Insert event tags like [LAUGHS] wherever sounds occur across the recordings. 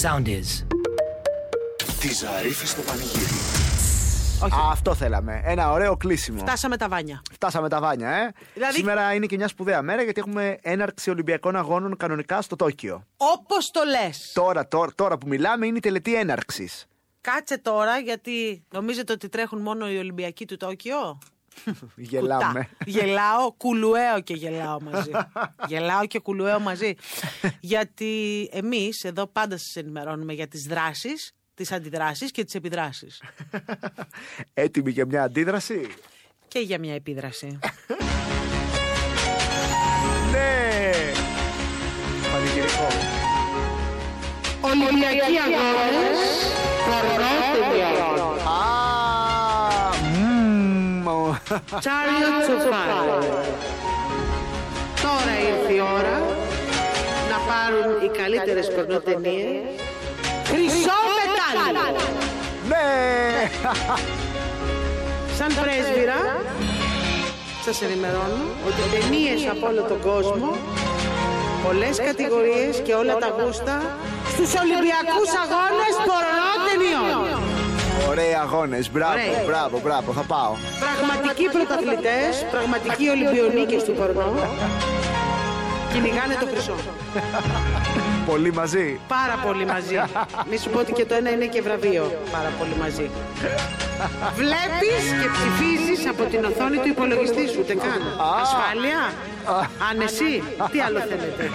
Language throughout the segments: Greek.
sound is. Τη Ζαρίφη στο πανηγύρι. Όχι. Αυτό θέλαμε. Ένα ωραίο κλείσιμο. Φτάσαμε τα βάνια. Φτάσαμε τα βάνια, ε. Δηλαδή- Σήμερα είναι και μια σπουδαία μέρα γιατί έχουμε έναρξη Ολυμπιακών Αγώνων κανονικά στο Τόκιο. Όπως το λες. Τώρα, τώρα, τώρα που μιλάμε είναι η τελετή έναρξης. Κάτσε τώρα γιατί νομίζετε ότι τρέχουν μόνο οι Ολυμπιακοί του Τόκιο. Γελάμε. Κουτά. Γελάω, κουλουέω και γελάω μαζί. γελάω και κουλουέω μαζί. Γιατί εμείς εδώ πάντα σας ενημερώνουμε για τις δράσεις, τις αντιδράσεις και τις επιδράσεις. Έτοιμη για μια αντίδραση. και για μια επίδραση. Ναι! Πανηγυρικό. Ολυμπιακοί αγώνες Βαρβαρά Τεμπιάνο Α! μμμ, ο- Τσάριο Τσοφάρο Τώρα ήρθε η ώρα να πάρουν οι καλύτερες πορνοτενίες Χρυσό πετάλι Ναι! Σαν πρέσβυρα σας ενημερώνω ότι e ταινίες από όλο τον κόσμο πολλές κατηγορίες και όλα τα γούστα στους Ολυμπιακούς αγώνες πορνό ταινιών. Ωραίοι αγώνες. Μπράβο, Ωραίοι. μπράβο, μπράβο. Θα πάω. Πραγματικοί πρωταθλητές, πραγματικοί Ολυμπιονίκες του πορνό. Κυνηγάνε το χρυσό. Πολύ μαζί. Πάρα πολύ μαζί. Μη σου πω ότι και το ένα είναι και βραβείο. Πάρα πολύ μαζί. Βλέπεις και ψηφίζεις από την οθόνη του υπολογιστή σου. Ούτε καν. Ασφάλεια. Άνεση. Τι άλλο θέλετε.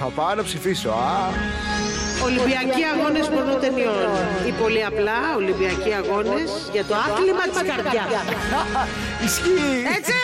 Θα πάω να ψηφίσω. Α! Ολυμπιακοί αγώνες πορνοτενιών. Ή πολύ απλά Ολυμπιακοί αγώνες για το άθλημα της καρδιάς. Ισχύει! Έτσι!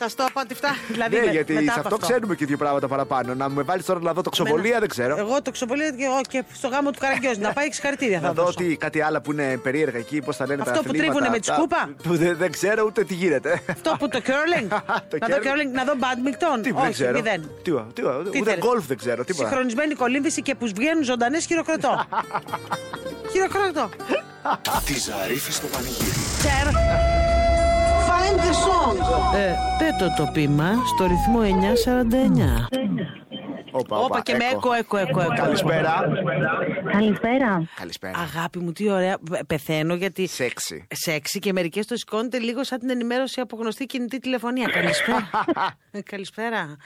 Σας το είπα ότι φτάνει. Δηλαδή, Ναι, με- γιατί μετά σε από αυτό ξέρουμε και δύο πράγματα παραπάνω. Να με βάλεις τώρα να δω τοξοβολία, δεν ξέρω. Εγώ το ξοπολίω και, ω, και στο γάμο του Καραγκιόζη. να πάει συγχαρητήρια θα Να δω δώσω. ότι κάτι άλλο που είναι περίεργα εκεί, πώς τα λένε τα Αυτό που αθλήματα, τρίβουνε με τη τα- σκούπα. που δεν, δεν ξέρω ούτε τι γίνεται. Αυτό που το curling. [LAUGHS] Το να δω curling. curling, να δω badminton. Τι, δεν Όχι, ξέρω. μηδέν. Τι, τι, ούτε θέλεις? γκολφ δεν ξέρω, τίποτα. Συγχρονισμένη κολύμβηση και που βγαίνουν ζωντανές [LAUGHS] χειροκροτώ. χειροκροτώ. Τη Ζαρίφη στο πανηγύρι. Τσερ. Find the song. Ε, πέτω το πείμα στο ρυθμό 949. Όπα, όπα, Όπα και με έκο, έκο, έκο. έκο. Καλησπέρα. Καλησπέρα. Καλησπέρα. Αγάπη μου, τι ωραία. Πε- Πεθαίνω γιατί. Σεξι. Σεξι και μερικές το σηκώνετε λίγο σαν την ενημέρωση από γνωστή κινητή τηλεφωνία. Καλησπέρα. Ε, Καλησπέρα.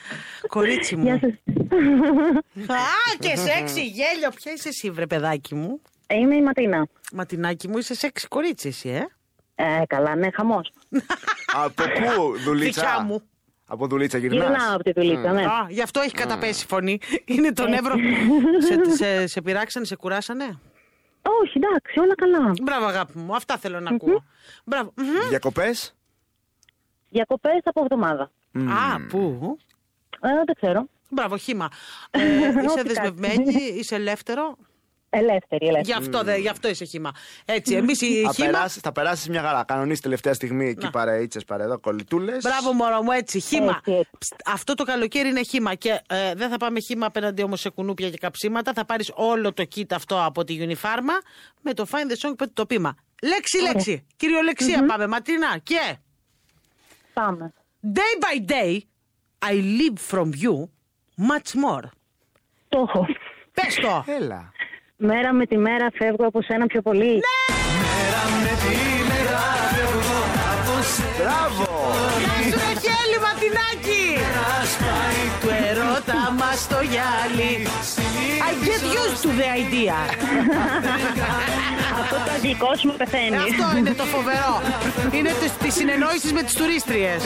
Κορίτσι μου. Γεια σας. Α, και σεξι, γέλιο. Ποια είσαι εσύ, βρε παιδάκι μου. Είμαι η Ματίνα. Ματινάκι μου, είσαι σεξι κορίτσι, εσύ, ε. Ε, καλά, ναι, χαμός. Από πού δουλίτσα. Δικιά μου. Από δουλίτσα Γυρνάω γυρνά. από τη δουλίτσα, ναι. Α, γι' αυτό έχει καταπέσει η φωνή. Είναι το νεύρο. σε, σε, σε πειράξανε, σε κουράσανε. Όχι, εντάξει, όλα καλά. Μπράβο, αγάπη μου. Αυτά θέλω να ακούω. Μπράβο. Μμμ. Διακοπές. Διακοπές από εβδομάδα. Α, πού. Ε, δεν ξέρω. Μπράβο, χήμα. Ε, είσαι Ό,τι δεσμευμένη, είσαι ελεύθερο. Ελεύθερη, Γι' ελεύθερη. αυτό, δε, γι αυτό είσαι χήμα. Έτσι, εμείς οι Θα χήμα. περάσεις, θα περάσεις μια χαρά. Κανονίζει τελευταία στιγμή εκεί παρέιτσε παρέδω, κολλητούλες. Μπράβο, μωρό μου, έτσι, χήμα. Έτσι, έτσι. Ψτ, Αυτό το καλοκαίρι είναι χήμα. Και ε, δεν θα πάμε χήμα απέναντι όμως σε κουνούπια και καψίματα. Θα πάρεις όλο το kit αυτό από τη Unifarma με το Find the Song που το πείμα. Λέξη-λέξη. Κυριολεξία πάμε, Ματίνα. Και. Πάμε. Day by day, I live from you much more. Το έχω. Πες το. Έλα. Μέρα με τη μέρα φεύγω από σένα πιο πολύ. Μπράβο. Σου ρε χέλη, Ματινάκη. Του ερώτα μας το γυάλι. I get used to the idea. Αυτό το αγγλικό σου με πεθαίνει. [LAUGHS] Ε, Αυτό είναι το φοβερό. Είναι τις- τις συνεννόησεις με τις τουρίστριες.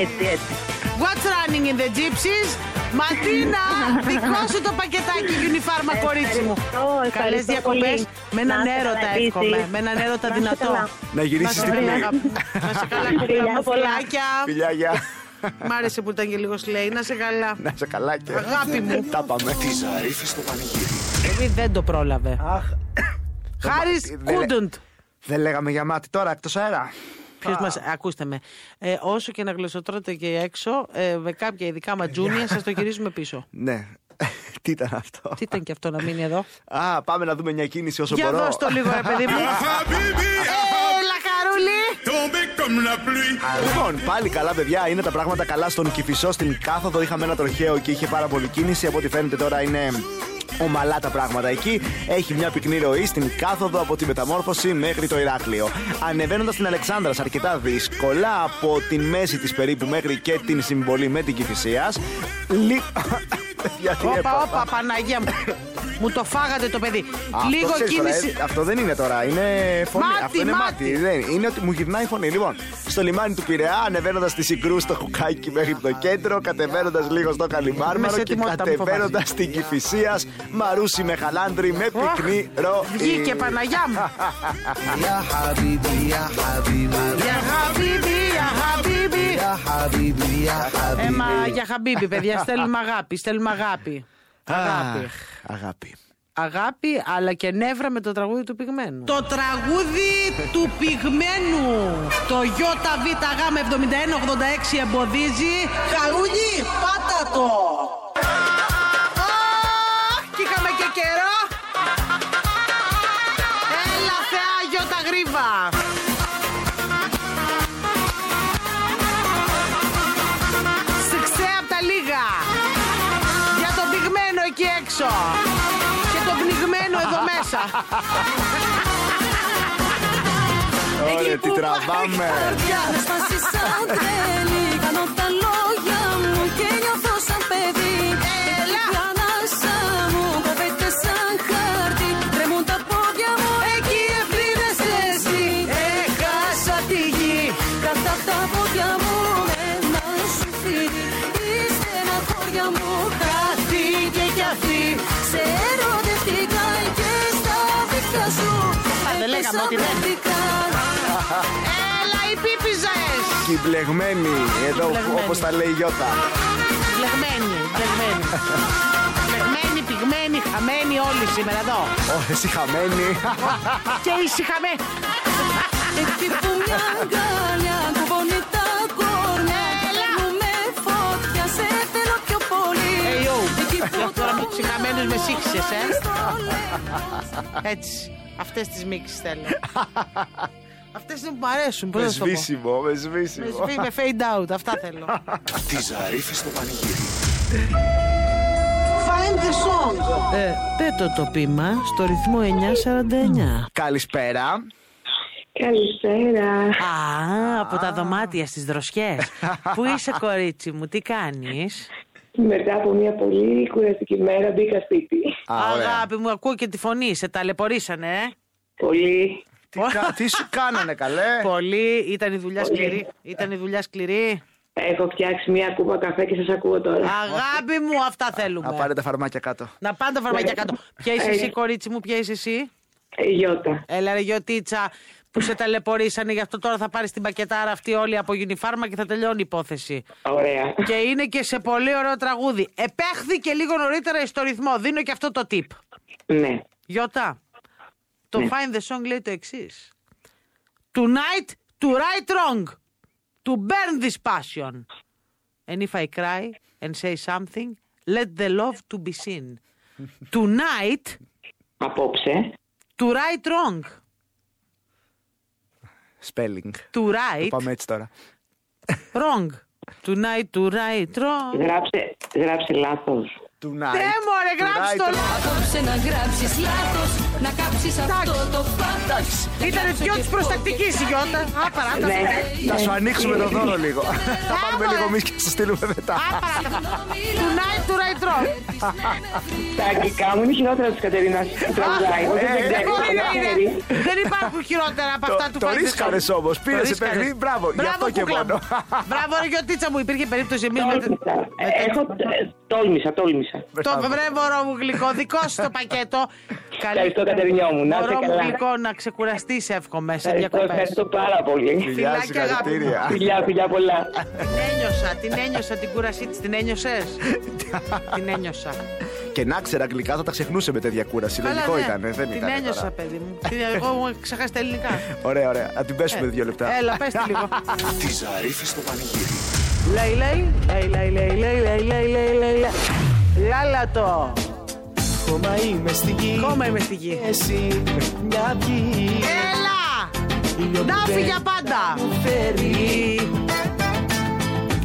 έτσι, έτσι. What's running in the gypsies? Ματίνα, δικό σου το πακετάκι Unifarma, κορίτσι μου. Ευχαριστώ, Ε, ευχαριστώ Καλές διακοπές. πολύ. Με Να έναν είστε έρωτα καλά εύχομαι. επίσης. Με έναν έρωτα Να είστε δυνατό. καλά. Να γυρίσεις Να σε την καλά, πλήρη. αγάπη. Να σε καλά, κούκλα μου, Φιλιά πολλά. φιλάκια. [LAUGHS] Φιλιά, γεια. Μ' άρεσε που ήταν και λίγος σλέι. Να σε καλά. Να σε καλά και. Αγάπη μου. Τα πάμε. Τη Ζαρίφη στο πανηγύρι. Επειδή δεν το πρόλαβε. Χάρης Δεν- couldn't. Δεν λέγαμε για μάτι τώρα εκτός αέρα. Ποιος μας, ακούστε με. Ε, όσο και να γλωσσοτρώτε και έξω, ε, με κάποια ειδικά ματζούνια, σας το γυρίζουμε πίσω. Ναι. [LAUGHS] Τι ήταν αυτό. Τι ήταν και αυτό να μείνει εδώ. Α, πάμε να δούμε μια κίνηση όσο Για μπορώ. δώσ' το λίγο, ρε παιδί [LAUGHS] μου. Ε, Έλα, Καρούλη! Λοιπόν, πάλι καλά, παιδιά. Είναι τα πράγματα καλά στον Κυφισό στην κάθοδο. Είχαμε ένα τροχαίο και είχε πάρα πολύ κίνηση. Από ό,τι φαίνεται τώρα είναι ομαλά τα πράγματα εκεί. Έχει μια πυκνή ροή στην κάθοδο από τη μεταμόρφωση μέχρι το Ηράκλειο. Ανεβαίνοντας την Αλεξάνδρα αρκετά δύσκολα από τη μέση της περίπου μέχρι και την συμβολή με την Κυφυσίας. [LAUGHS] Λίγο. Όπα, όπα, Παναγία μου. μου το φάγατε το παιδί. Λίγο κίνηση. αυτό δεν είναι τώρα, είναι φωνή. Μάτι, αυτό είναι μάτι. μάτι. Δεν, είναι ότι μου γυρνάει η φωνή. Λοιπόν, στο λιμάνι του Πειραιά, ανεβαίνοντας τη Συγκρού στο Χουκάκι μέχρι το κέντρο, κατεβαίνοντας λίγο στο Είμαι σε Καλιμάρμαρο και ετοιμότητα, μη κατεβαίνοντας φοβάσαι. την Κυφυσίας, μαρούσι με χαλάντρι με Ωχ, πυκνή ροή. Βγήκε Παναγιά μου. يا حبيبي يا حبيبي Για χαμπίμπι, يا حبيبي يا για χαμπίμπι. Ε, حبيبي μα για χαμπίμπι, παιδιά, στέλνουμε αγάπη. Στέλνουμε αγάπη. Αγάπη. Αχ, αγάπη. Αγάπη, αλλά και νεύρα με το τραγούδι του πυγμένου. Το τραγούδι του πυγμένου. Το ΙΒΓ7186 εμποδίζει. Χαρούνι, πάτα το. Αχ, κι είχαμε και καιρό. Έλα, θεά, Γιώτα Γρήβα. Σιξέ απ' τα λίγα. Για τον πυγμένο εκεί έξω. Και τον πνιγμένο εδώ μέσα. Ωραία, τι τραβάμε. Με σπάσει σαν τρέλη Κάνω τα λόγια μου και νιώθω σαν παιδί Έλα. Η ανάσα μου κοβέται σαν χάρτη Τρέμουν τα πόδια μου εκεί ευθύνεσαι εσύ Έχασα τη γη. Κρατά τα πόδια μου ένα σου φύγει Η στεναχώρια μου χάθηκε κι αυτή Σε ερωτευτικά και στα δικά σου δεν λέγαμε ότι ναι. δεν. Έπεσα Έλα, οι πίπιζες. Κυμπλεγμένη, εδώ Κυμπλεγμένη. όπως τα λέει η Γιώτα. Μπλεγμένοι, μπλεγμένοι. Μπλεγμένοι, πυγμένοι, χαμένοι όλοι σήμερα εδώ. Όλε οι χαμένοι. Και ησυχαμέ. Εκεί που μια αγκάλια κουβώνει τα κόρνια Έλα. Μου με φωτιά σε θέλω πιο πολύ Ε, yo. Εκεί που Τώρα με τους το συγχαμένους με σύγχυσες, ε. στο λαιμό Έτσι. Αυτές τις μίξεις θέλω. Αυτές είναι που μου αρέσουν. Πώς με να σου το πω. σβήσιμο, με Με σβήσιμο. σβή- Με fade out. Αυτά θέλω. Τη Ζαρίφη στο πανηγύρι. Find the song. Ε, Πέτω το πείμα στο ρυθμό 949. Καλησπέρα. Καλησπέρα. Α, από τα δωμάτια στις δροσιές. Πού είσαι κορίτσι μου, τι κάνεις. Μετά από μια πολύ κουραστική μέρα μπήκα σπίτι. Α, ωραία. Αγάπη μου, ακούω και τη φωνή, σε ταλαιπωρήσανε, ε. Πολύ. Τι, κα- τι σου κάνανε καλέ. Πολύ, ήταν η δουλειά Πολύ. σκληρή. Ήταν η δουλειά σκληρή. Έχω φτιάξει μια κούπα καφέ και σας ακούω τώρα. Αγάπη μου, αυτά θέλουμε. Να πάρε τα φαρμάκια κάτω. Να πάνε τα φαρμακιά κάτω. Ποια είσαι Ε. εσύ, κορίτσι μου, ποια είσαι εσύ. Ε, Γιώτα. Έλα, ρε Γιωτίτσα, που σε ταλαιπωρήσανε. Γι' αυτό τώρα θα πάρεις την πακετάρα αυτή όλη από Unifarma και θα τελειώνει η υπόθεση. Ωραία. και είναι και σε πολύ ωραίο τραγούδι. Επέχθηκε λίγο νωρίτερα στο ρυθμό. Δίνω και αυτό το tip. Ναι. Γιώτα, το Find the Song λέει το εξής. Tonight, to right wrong, to burn this passion. And if I cry and say something, let the love to be seen. Tonight, Απόψε. to right wrong, Spelling. to right Πάμε έτσι τώρα. wrong. Tonight, to right wrong. Γράψε, γράψε λάθος. Tonight. Τε μωρέ, γράψε Tonight. το λάθος. Απόψε να γράψεις λάθος Να κάψεις αυτό το φάτος Ήταν πιο της προστακτικής η Γιώτα. Άπαρα, Ναι. Θα σου ανοίξουμε το δώρο λίγο. Θα πάρουμε λίγο εμεί και σου στείλουμε μετά. Tonight, to right wrong. Τα αγγλικά μου είναι χειρότερα της Κατερίνας που Ναι, τραγουδάει. Όχι, ε, Δεν Δεν ξέρω. μπορεί να δεν είναι. ξέρει. ναι, Δεν υπάρχουν χειρότερα από Το- αυτά του το Find the ρίσκαρες Song. όμως. Το Πήρες ρίσκαρες. παιχνίδι, μπράβο, γι' Μπράβο, αυτό και κούκλα μόνο. μου. Μπράβο, ρε Γιωτίτσα μου, υπήρχε περίπτωση εμεί με. Τόλμησα. Ε, Έχω... ε, Τόλμησα, τόλμησα. Το βρε μωρό μου γλυκό, δικό σου το πακέτο. Ευχαριστώ, Κατερινιό μου. Να Μωρό είστε μου καλά. γλυκό, να ξεκουραστείς, εύχομαι σε Ευχαριστώ, διακοπές. ευχαριστώ πάρα πολύ. Φιλιά, Φιλάκια, αγάπη μου. συγχαρητήρια. Φιλιά, φιλιά πολλά. Την ένιωσα, την ένιωσα την κούρασή της, την ένιωσες. Την ένιωσα. Και να ξέρα αγγλικά θα τα ξεχνούσε με τέτοια κούραση. Καλά, Λογικό ναι. ήταν, δεν ήταν. Την τώρα. ένιωσα, παιδί μου. Την- Εγώ μου ξεχάσει τα ελληνικά. Ωραία, ωραία. Να την πέσουμε δύο λεπτά. Έλα, πες τη λίγο. Τη Ζαρίφη στο πανηγύρι. Λέει, λέει, λέει, λέει, λέει, λέει, λέει, λέει, λέει, λέει, λέει. Λάλατο. Κόμμα είμαι στη γη Κόμμα είμαι στη γη. Εσύ μια βγή Έλα! Ήλιο που Να δεν για πάντα! φέρει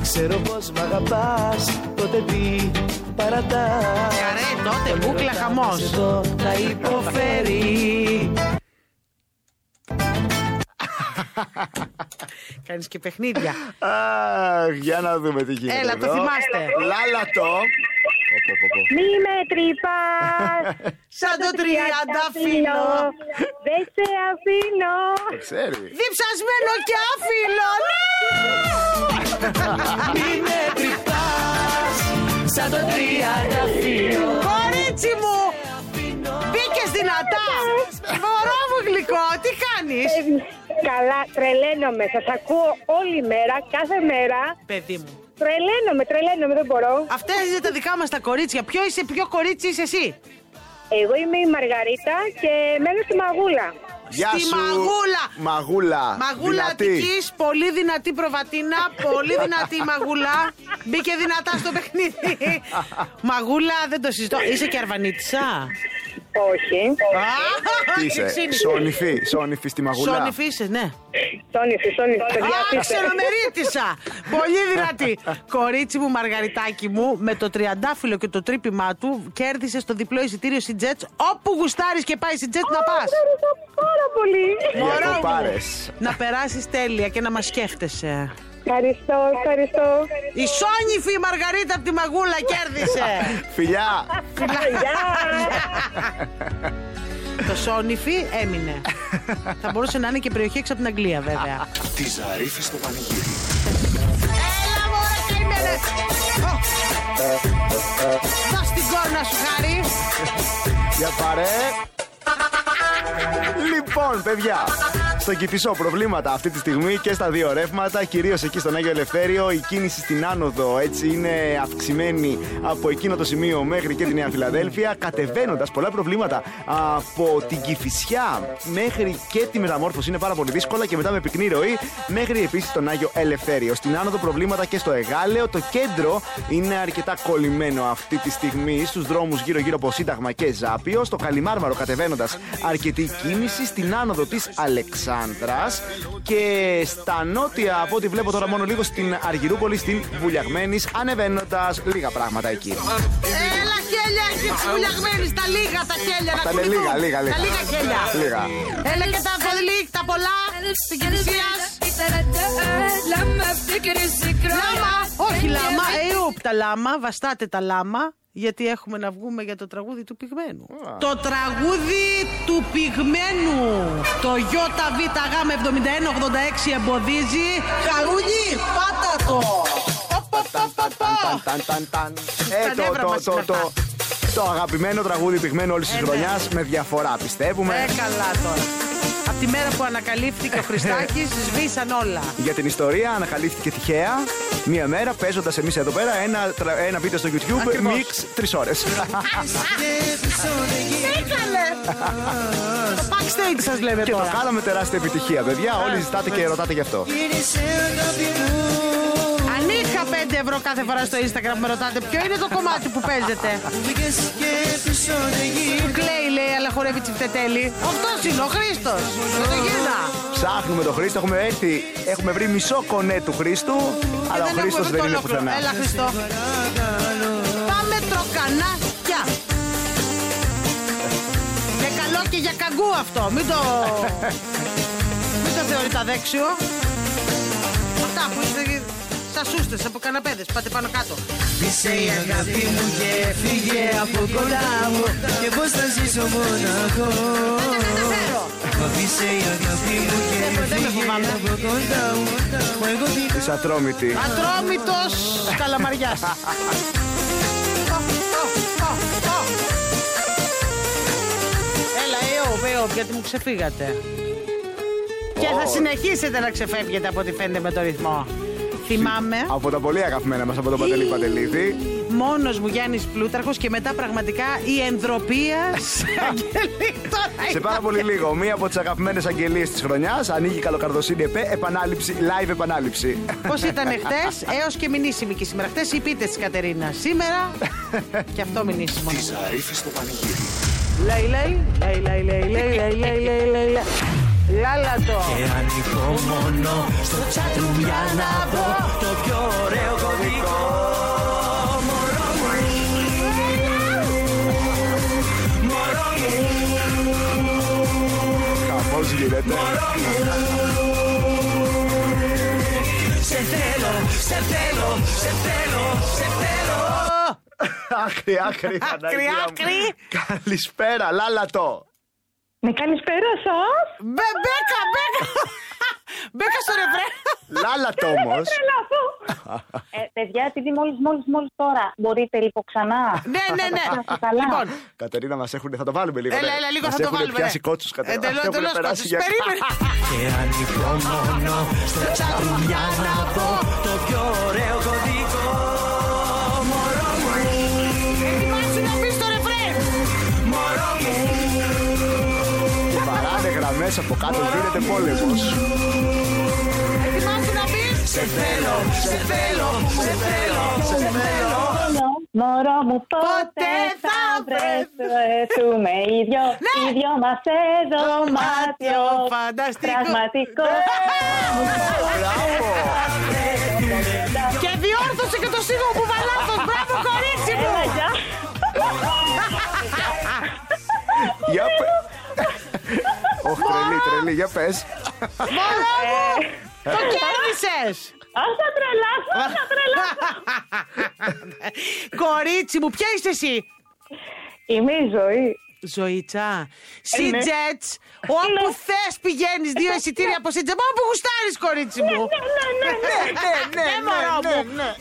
Ξέρω πως μ' αγαπάς Τότε τι παρατάς Καρέ, Ε, τότε, μπούκλα, χαμός. Εδώ τα υποφέρει Κάνεις και παιχνίδια. Αχ, για να δούμε τι γίνεται. Έλα, το εδώ. θυμάστε. Λάλα το. Πω, πω, πω, πω. Μη με τρυπάς Σαν το 30 φίλο. φίλο. Δεν σε αφήνω. Το ξέρεις. Διψασμένο και Ναι! άφιλο. Μη με τρυπάς Σαν το τριάντα φίλο Κορίτσι μου. Μπήκες δυνατά. Μωρό μου γλυκό, τι κάνεις. Ε, Καλά, τρελαίνομαι. Σας ακούω όλη μέρα, κάθε μέρα. Παιδί μου. Τρελαίνομαι, τρελαίνομαι, δεν μπορώ. Αυτά είναι τα δικά μας τα κορίτσια. Ποιο είσαι, ποιο κορίτσι είσαι εσύ. Εγώ είμαι η Μαργαρίτα και μένω στη Μαγούλα. Γεια Στη σου. Μαγούλα. Μαγούλα. Μαγούλα Δυνατή. Αττικής, πολύ δυνατή προβατίνα, πολύ δυνατή η Μαγούλα. Μπήκε δυνατά στο παιχνίδι. Μαγούλα, δεν το συζητώ. Είσαι και αρβανίτησα. Όχι. Α, Τι είσαι, κρυψίνη. Σόνιφη, Σόνιφη στη Μαγούλα. Σόνιφη είσαι, ναι. Τόνισε, τόνισε, παιδιά. Α, αφήστε. ξενομερίτησα. Πολύ δυνατή. Κορίτσι μου, Μαργαριτάκι μου, με το τριαντάφυλλο και το τρύπημά του κέρδισε το διπλό εισιτήριο στη Jets. Όπου γουστάρεις και πάει στη Jets να πα. Ευχαριστώ πάρα πολύ. Διακοπάρες. Να περάσεις τέλεια και να μας σκέφτεσαι. Ευχαριστώ, ευχαριστώ. Η Σόνιφη η Μαργαρίτα από τη Μαγούλα κέρδισε. Φιλιά. Το Σόνιφι έμεινε. Θα μπορούσε να είναι και περιοχή έξω από την Αγγλία, βέβαια. Τη Ζαρίφη στο πανηγύρι. Έλα, μωρέ, καημένε! Ω. Δώσ' την κόρνα σου, χάρη! Για παρέ. Λοιπόν, παιδιά, στον Κυφισό προβλήματα αυτή τη στιγμή και στα δύο ρεύματα, κυρίως εκεί στον Άγιο Ελευθέριο. Η κίνηση στην άνοδο έτσι είναι αυξημένη από εκείνο το σημείο μέχρι και τη Νέα Φιλαδέλφια, κατεβαίνοντας πολλά προβλήματα από την Κυφισιά μέχρι και τη μεταμόρφωση. Είναι πάρα πολύ δύσκολα και μετά με πυκνή ροή μέχρι επίσης τον Άγιο Ελευθέριο. Στην άνοδο προβλήματα και στο Εγάλεο. Το κέντρο είναι αρκετά κολλημένο αυτή τη στιγμή στους δρόμους γύρω-γύρω από Σύνταγμα και Ζάπιο. Στο Καλιμάρμαρο κατεβαίνοντας αρκετή κίνηση. Στην άνοδο της Αλεξάνδρας και στα νότια από ό,τι βλέπω τώρα μόνο λίγο στην Αργυρούπολη, στην Βουλιαγμένης, ανεβαίνοντας λίγα πράγματα εκεί. Έλα, χέλια, έχει ξυπουλιαγμένη τα λίγα τα χέλια να Αυτά είναι κουνηθούν. λίγα, λίγα, λίγα. Τα λίγα χέλια. Λίγα. Έλα και τα βελίκ, τα πολλά τη Κυφυσία. Λάμα, όχι Ε, λάμα, εούπ τα λάμα, βαστάτε τα λάμα. Γιατί έχουμε να βγούμε για το τραγούδι του πυγμένου. Το τραγούδι του πυγμένου. Το ΙΒΓ 7186 εμποδίζει. Χαρούνι, πάτα το. Πα, πα, πα, πα, πα. Ταν, ταν, ταν, ταν. Τα Ε, το, νεύρα το, μας το, είναι το, αυτά. το αγαπημένο τραγούδι πυγμένο όλη τη Ε, ναι. χρονιά με διαφορά, πιστεύουμε. Ε, καλά τώρα. Από τη μέρα που ανακαλύφθηκε ο Χριστάκης, σβήσαν όλα. για την ιστορία ανακαλύφθηκε τυχαία μία μέρα παίζοντας εμείς εδώ πέρα ένα, τρα- ένα βίντεο στο YouTube Ακριβώς. μίξ τρεις ώρες. Το backstage σας λέμε και το τώρα. κάναμε τεράστια επιτυχία παιδιά, όλοι ζητάτε και ρωτάτε γι' αυτό. Αν είχα 5 ευρώ κάθε φορά στο Instagram που με ρωτάτε ποιο είναι το κομμάτι που παίζετε. Του κλαίει λέει αλλά χορεύει τσιφτετέλη. Αυτός είναι ο Χρήστος. Με το γύρνα. Ψάχνουμε τον Χρήστο, έχουμε έρθει, έχουμε βρει μισό κονέ του Χρήστου, αλλά ο έχουμε Χρήστος βρει το δεν είναι ολόκληρο. πουθενά. Έλα Χριστό. Πάμε τροκανάκια. Για καλό και για καγκού αυτό. Μην το... Μην το θεωρείτε αδέξιο. Αυτά που είστε... Σα σούστες από καναπέδες. Πάτε πάνω κάτω. Είσαι η αγάπη μου και φύγε από κοντά μου Και πώς θα ζήσω μοναχό Δεν τα καταφέρω. Είσαι η αγάπη μου Δεν- και δεν με φύγε φοβάμαι. από κοντά μου Μα εγώ την Είσαι ατρόμητης. Ατρόμητος καλαμαριάς. Ω, ω, ω, ω. Έλα, ε, έω, έω, γιατί μου ξεφύγατε. Και θα συνεχίσετε να ξεφεύγετε από ό,τι φαίνεται με το ρυθμό. Θυμάμαι, Από τα πολύ αγαπημένα μας από τον Παντελή Παντελίδη. μόνος μου Γιάννης Πλούταρχος και μετά πραγματικά η ενδροπία σε Αγγελή. Τώρα Σε πάρα ήταν- πολύ λίγο, μία από τις αγαπημένες αγγελίες της χρονιάς, ανοίγει η καλοκαρδοσύνη ΕΠΕ, επανάληψη, live επανάληψη. Πώς ήταν χτες, έως και μηνύσιμη και σήμερα. Χτες οι πίτες της Κατερίνα. Σήμερα και αυτό μηνύσιμο. Τη Ζαρίφη στο πανηγύρι. Λέει, λέει, λέει, λέει, λέει, λέει, λέει, λέει, λέει, λέει. Λάλατο. Και ανοιχτό μόνο στο τσάτρουμ για να δω το πιο ωραίο κωδικό. Μωρό μου, μωρό μου, Χαμό γίνεται. σε θέλω, σε θέλω, σε θέλω, σε θέλω. Άκρη, άκρη, Άκρη, Παναγία μου. άκρη. Καλησπέρα, λάλατο. Με κάνεις πέρα σας. Μπε, μπέκα, μπέκα. [LAUGHS] Μπέκα στο ρεφρέ. Λάλατο όμω. Τρελαθώ. ε, παιδιά, επειδή μόλις, μόλις, μόλις τώρα μπορείτε λίγο ξανά. Ναι, ναι, ναι. Να είστε καλά. Λοιπόν, Κατερίνα, μας έχουν. Θα το βάλουμε λίγο. έλα, ναι. έλα, λίγο Μας θα το έχουνε βάλουμε. ναι. Ε, πιάσει κότσους κατά Εντελώς, εντελώ κότσου. Περίμενε. Και ανοιχτό μόνο στο τσάτρουμ για να δω το πιο ωραίο κωδικό. Μωρό μου, Ετοιμάσου να πει το ρεφρέ. μωρό μου, Παράνε γραμμές από κάτω, γίνεται πόλεμος. Ετοιμάσου να πεις. σε θέλω, σε θέλω, σε θέλω, σε θέλω. Μωρό μου Ποτέ πότε θα θα βρεθούμε οι δυο, Ναι. οι δυο μας σε δωμάτιο φανταστικό. Πραγματικό Μπράβο. Και διόρθωσε και το σίγουρο που βαλάθο. Μπράβο, κορίτσι μου. Έλα, γεια. Για πε. Ωχ, τρελή, τρελή, για πες. Μωρό μου. Ε. Το κέρδισες. Αχ, θα τρελαθώ, θα τρελαθώ Ε. Κορίτσι μου, ποια είσαι εσύ. Είμαι η ζωή Ζωήτσα, Σιτζέτ, όπου θες πηγαίνεις, δύο εισιτήρια από Σιτζέτ. Μα όπου γουστάρεις, κορίτσι μου. ναι, ναι, ναι. Ε, ναι, ναι, μωρό μου.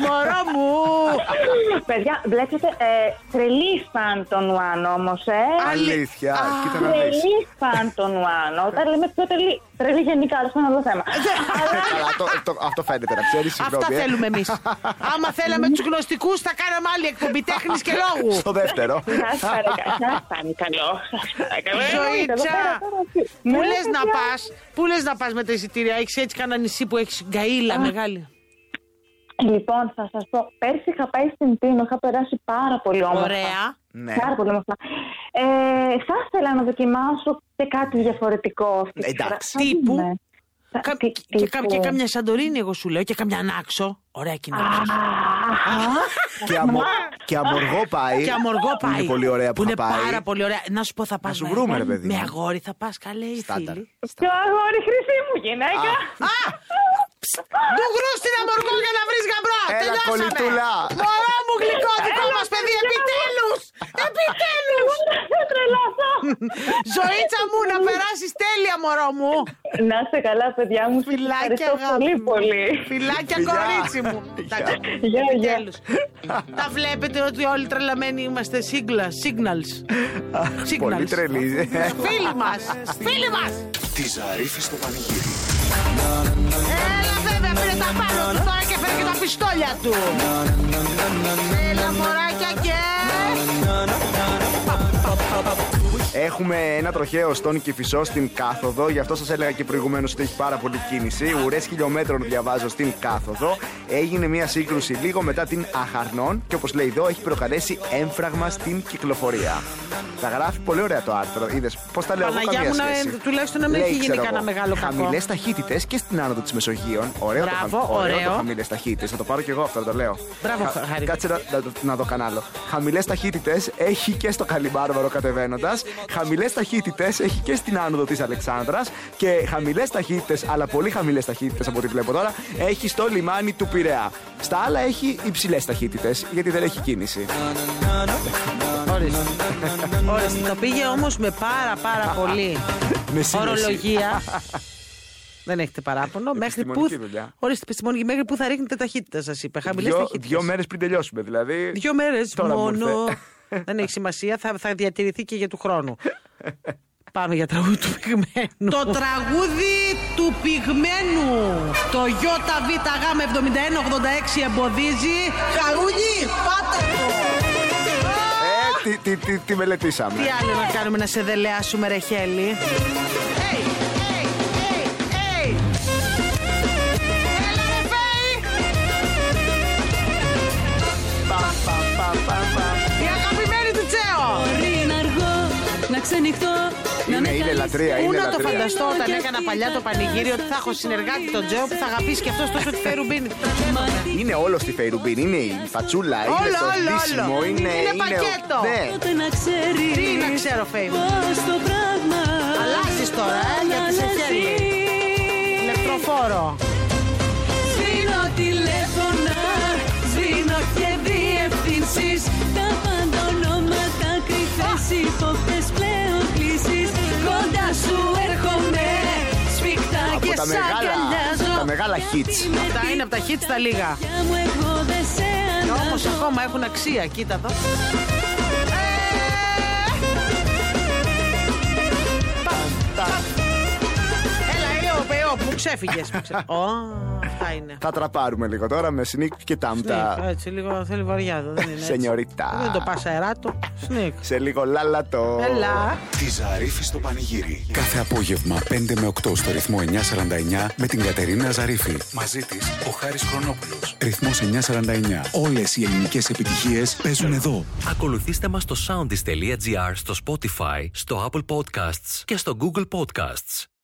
Μωρό μου. Παιδιά, βλέπετε, ε, τρελή φαν τον Ουάν όμως, ε Αλήθεια, κοίτα να δεις. Τρελή φαν τον Ουάν Όταν λέμε πιο τρελή, τρελή γενικά, αλλά αυτό είναι άλλο θέμα Ε, Αυτό φαίνεται να ε. ξέρεις. Αυτά θέλουμε εμείς. Άμα θέλαμε τους γνωστικούς, θα κάναμε άλλη εκπομπή τέχνης και λόγου. Στο δεύτερο. Σας παρακαλώ, σας παρακαλώ, σας παρακαλώ. Εννοείται, εδώ πέρα Ζωήτσα, τώρα, τι. Ναι, πού λε να παιδιά. πας, πού λες να πας με τα εισιτήρια, έχεις έτσι κανένα νησί που έχεις γκαίλα μεγάλη. Λοιπόν, θα σας πω, πέρσι είχα πάει στην Τίνο, είχα περάσει πάρα πολύ όμορφα. Ωραία. Ναι. Πάρα πολύ όμορφα. Ε, θα ήθελα να δοκιμάσω και κάτι διαφορετικό αυτή τη φορά. Ε, Εντάξει. Θα Τύπου. δούμε. Θα- Κα- τι- Και κα- τύπου. και κάμια Σαντορίνη, εγώ σου λέω, και κάμια Ανάξο. Ωραία κοινά. Και, αμο... και αμοργό πάει. Και αμοργό πάει. Είναι πολύ ωραία Ε, που, είναι θα πάει. πάρα πολύ ωραία. Να σου πω, θα πα. σου βρούμε, ρε παιδί Με μου. αγόρι θα πας, καλέ η Στάνταρ. φίλη. Ποιο αγόρι χρυσή μου γυναίκα. Του γρου στην αμοργό για να βρεις γαμπρό. Έλα, κολλητούλα. Μωρό μου γλυκό δικό μας παιδί, επιτέλους! Επιτέλους! Θα [LAUGHS] τρελαθώ. Ζωήτσα μου, να περάσεις τέλεια, μωρό μου. Να είστε καλά, παιδιά μου. Σας Φιλάκια, ευχαριστώ αγάπη. πολύ, μου. πολύ. Φιλάκια, Φιλιά. κορίτσι μου. Γεια. Εντάξει, Γεια, γεια. επιτέλους. Τα βλέπετε ότι όλοι τρελαμένοι είμαστε σύγκλα, signals. Signals. Πολύ τρελή. Φίλοι μας! Φίλοι μας! Τη Ζαρίφη στο πανηγύρι. Έλα, βέβαια, πήρε τα πάνω του τώρα και φέρει και τα πιστόλια του. Έλα, μωράκια και. Έχουμε ένα τροχαίο στον Κυφισό στην κάθοδο. Γι' αυτό σας έλεγα και προηγουμένως ότι έχει πάρα πολύ κίνηση. Ουρές χιλιόμετρων διαβάζω στην κάθοδο. Έγινε μια σύγκρουση λίγο μετά την Αχαρνών και όπως λέει εδώ έχει προκαλέσει έμφραγμα στην κυκλοφορία. Τα γράφει πολύ ωραία το άρθρο. Είδες πώς τα λέω εγώ. Παναγιά Καμία μου, να- ε, σχέση. τουλάχιστον να μην Λέει, έχει γίνει ξέρω κανένα εγώ, μεγάλο κακό. Χαμηλές ταχύτητες και στην άνοδο της Μεσογείων. Ωραίο Μπράβο, το, χαμ... ωραίο ωραίο. το χαμηλές ταχύτητες. Θα το πάρω και εγώ αυτό, να το λέω. Μπράβο, Χα- Χάρη. Κάτσε να, να, το- να δω κανάλο. Χαμηλές ταχύτητες έχει και στο Καλιμάρβαρο κατεβαίνοντας. Χαμηλές ταχύτητες έχει και στην άνοδο της Αλεξάνδρας. Και χαμηλές ταχύτητες, αλλά πολύ χαμηλές ταχύτητες από ό,τι βλέπω τώρα, έχει στο λιμάνι του Πειραιά. Στα άλλα έχει υψηλές ταχύτητες, γιατί δεν έχει κίνηση. Ορίστε, το πήγε όμως με πάρα πάρα πολύ Με σύνεση. ορολογία. Δεν έχετε παράπονο. Μέχρι που... Επιστημονική δουλειά. Ορίστε, επιστημονική, μέχρι που θα ρίχνετε ταχύτητα, σας είπα. Χαμηλές Δυο, ταχύτητες. δυο μέρες πριν τελειώσουμε, δηλαδή. Δύο μέρες Τώρα Ε, μου μόνο. ήρθε. Δεν έχει σημασία, θα, θα διατηρηθεί και για του χρόνου. Πάμε για τραγούδι του πυγμένου. Το τραγούδι του πυγμένου. Το ΙΒΓ7186 εμποδίζει. Χαρούνι, πάτε το. Ε, τι, τι, τι, τι μελετήσαμε. Τι άλλο να κάνουμε να σε δελεάσουμε ρε χέλη. Hey, hey, hey, hey. Έλα, ρε, Φέη. Η αγαπημένη του Τσέο. Πριν αργό να ξενυχτώ Είναι, είναι λατρεία, Πού είναι να το λατρεία. φανταστώ όταν έκανα παλιά το πανηγύρι ότι θα έχω συνεργάτη τον Τζο που θα αγαπήσει και αυτός τόσο τη Φερουμπίνη. Είναι όλος στη Φεϊρουμπίν. Είναι η φατσούλα, είναι Όλο, το όλο, ντύσιμο, όλο. είναι. Είναι πακέτο. Ναι. Ούτε να ξέρεις Τι να ξέρω, Φέιμ. Πώς το πράγμα Αλλάζεις τώρα, ε, γιατί σε αλλάζει. Ηλεκτροφόρο. Σβήνω τηλέφωνα, σβήνω και διευθύνσεις Τα πάντα ονόματα κρυφές, ύποπτες πλέον κλήσεις Κοντά σου έρχομαι, σφιχτά Από και τα σ' μεγάλα- αγκαλιάζω τα μεγάλα Γιατί hits. με Αυτά είναι από τα hits τα λίγα. πια μου εγώ δεν σε Και Ε, ανάζω. όμως ακόμα έχουν αξία, κοίτα εδώ. Ε, Έλα, ε, Ιω, Πεϊώ, που ξέφυγες. που ξέ- Ω, αυτά είναι. Θα τραπάρουμε λίγο τώρα με sneak και Sneak, τάμτα. Έτσι, λίγο θέλει βαριάδο, δεν είναι έτσι. Σενιωριτά. Δεν το πας αεράτο. Σνίκ. Σε λίγο λάλατο. Έλα. Τη Ζαρίφη στο πανηγύρι. Κάθε απόγευμα 5 με 8 στο ρυθμό 949 με την Κατερίνα Ζαρίφη. Μαζί της ο Χάρης Χρονόπουλος. Ρυθμός 949. Όλες οι ελληνικές επιτυχίες παίζουν εδώ. Ακολουθήστε μας στο soundis.gr, στο Spotify, στο Apple Podcasts και στο Google Podcasts.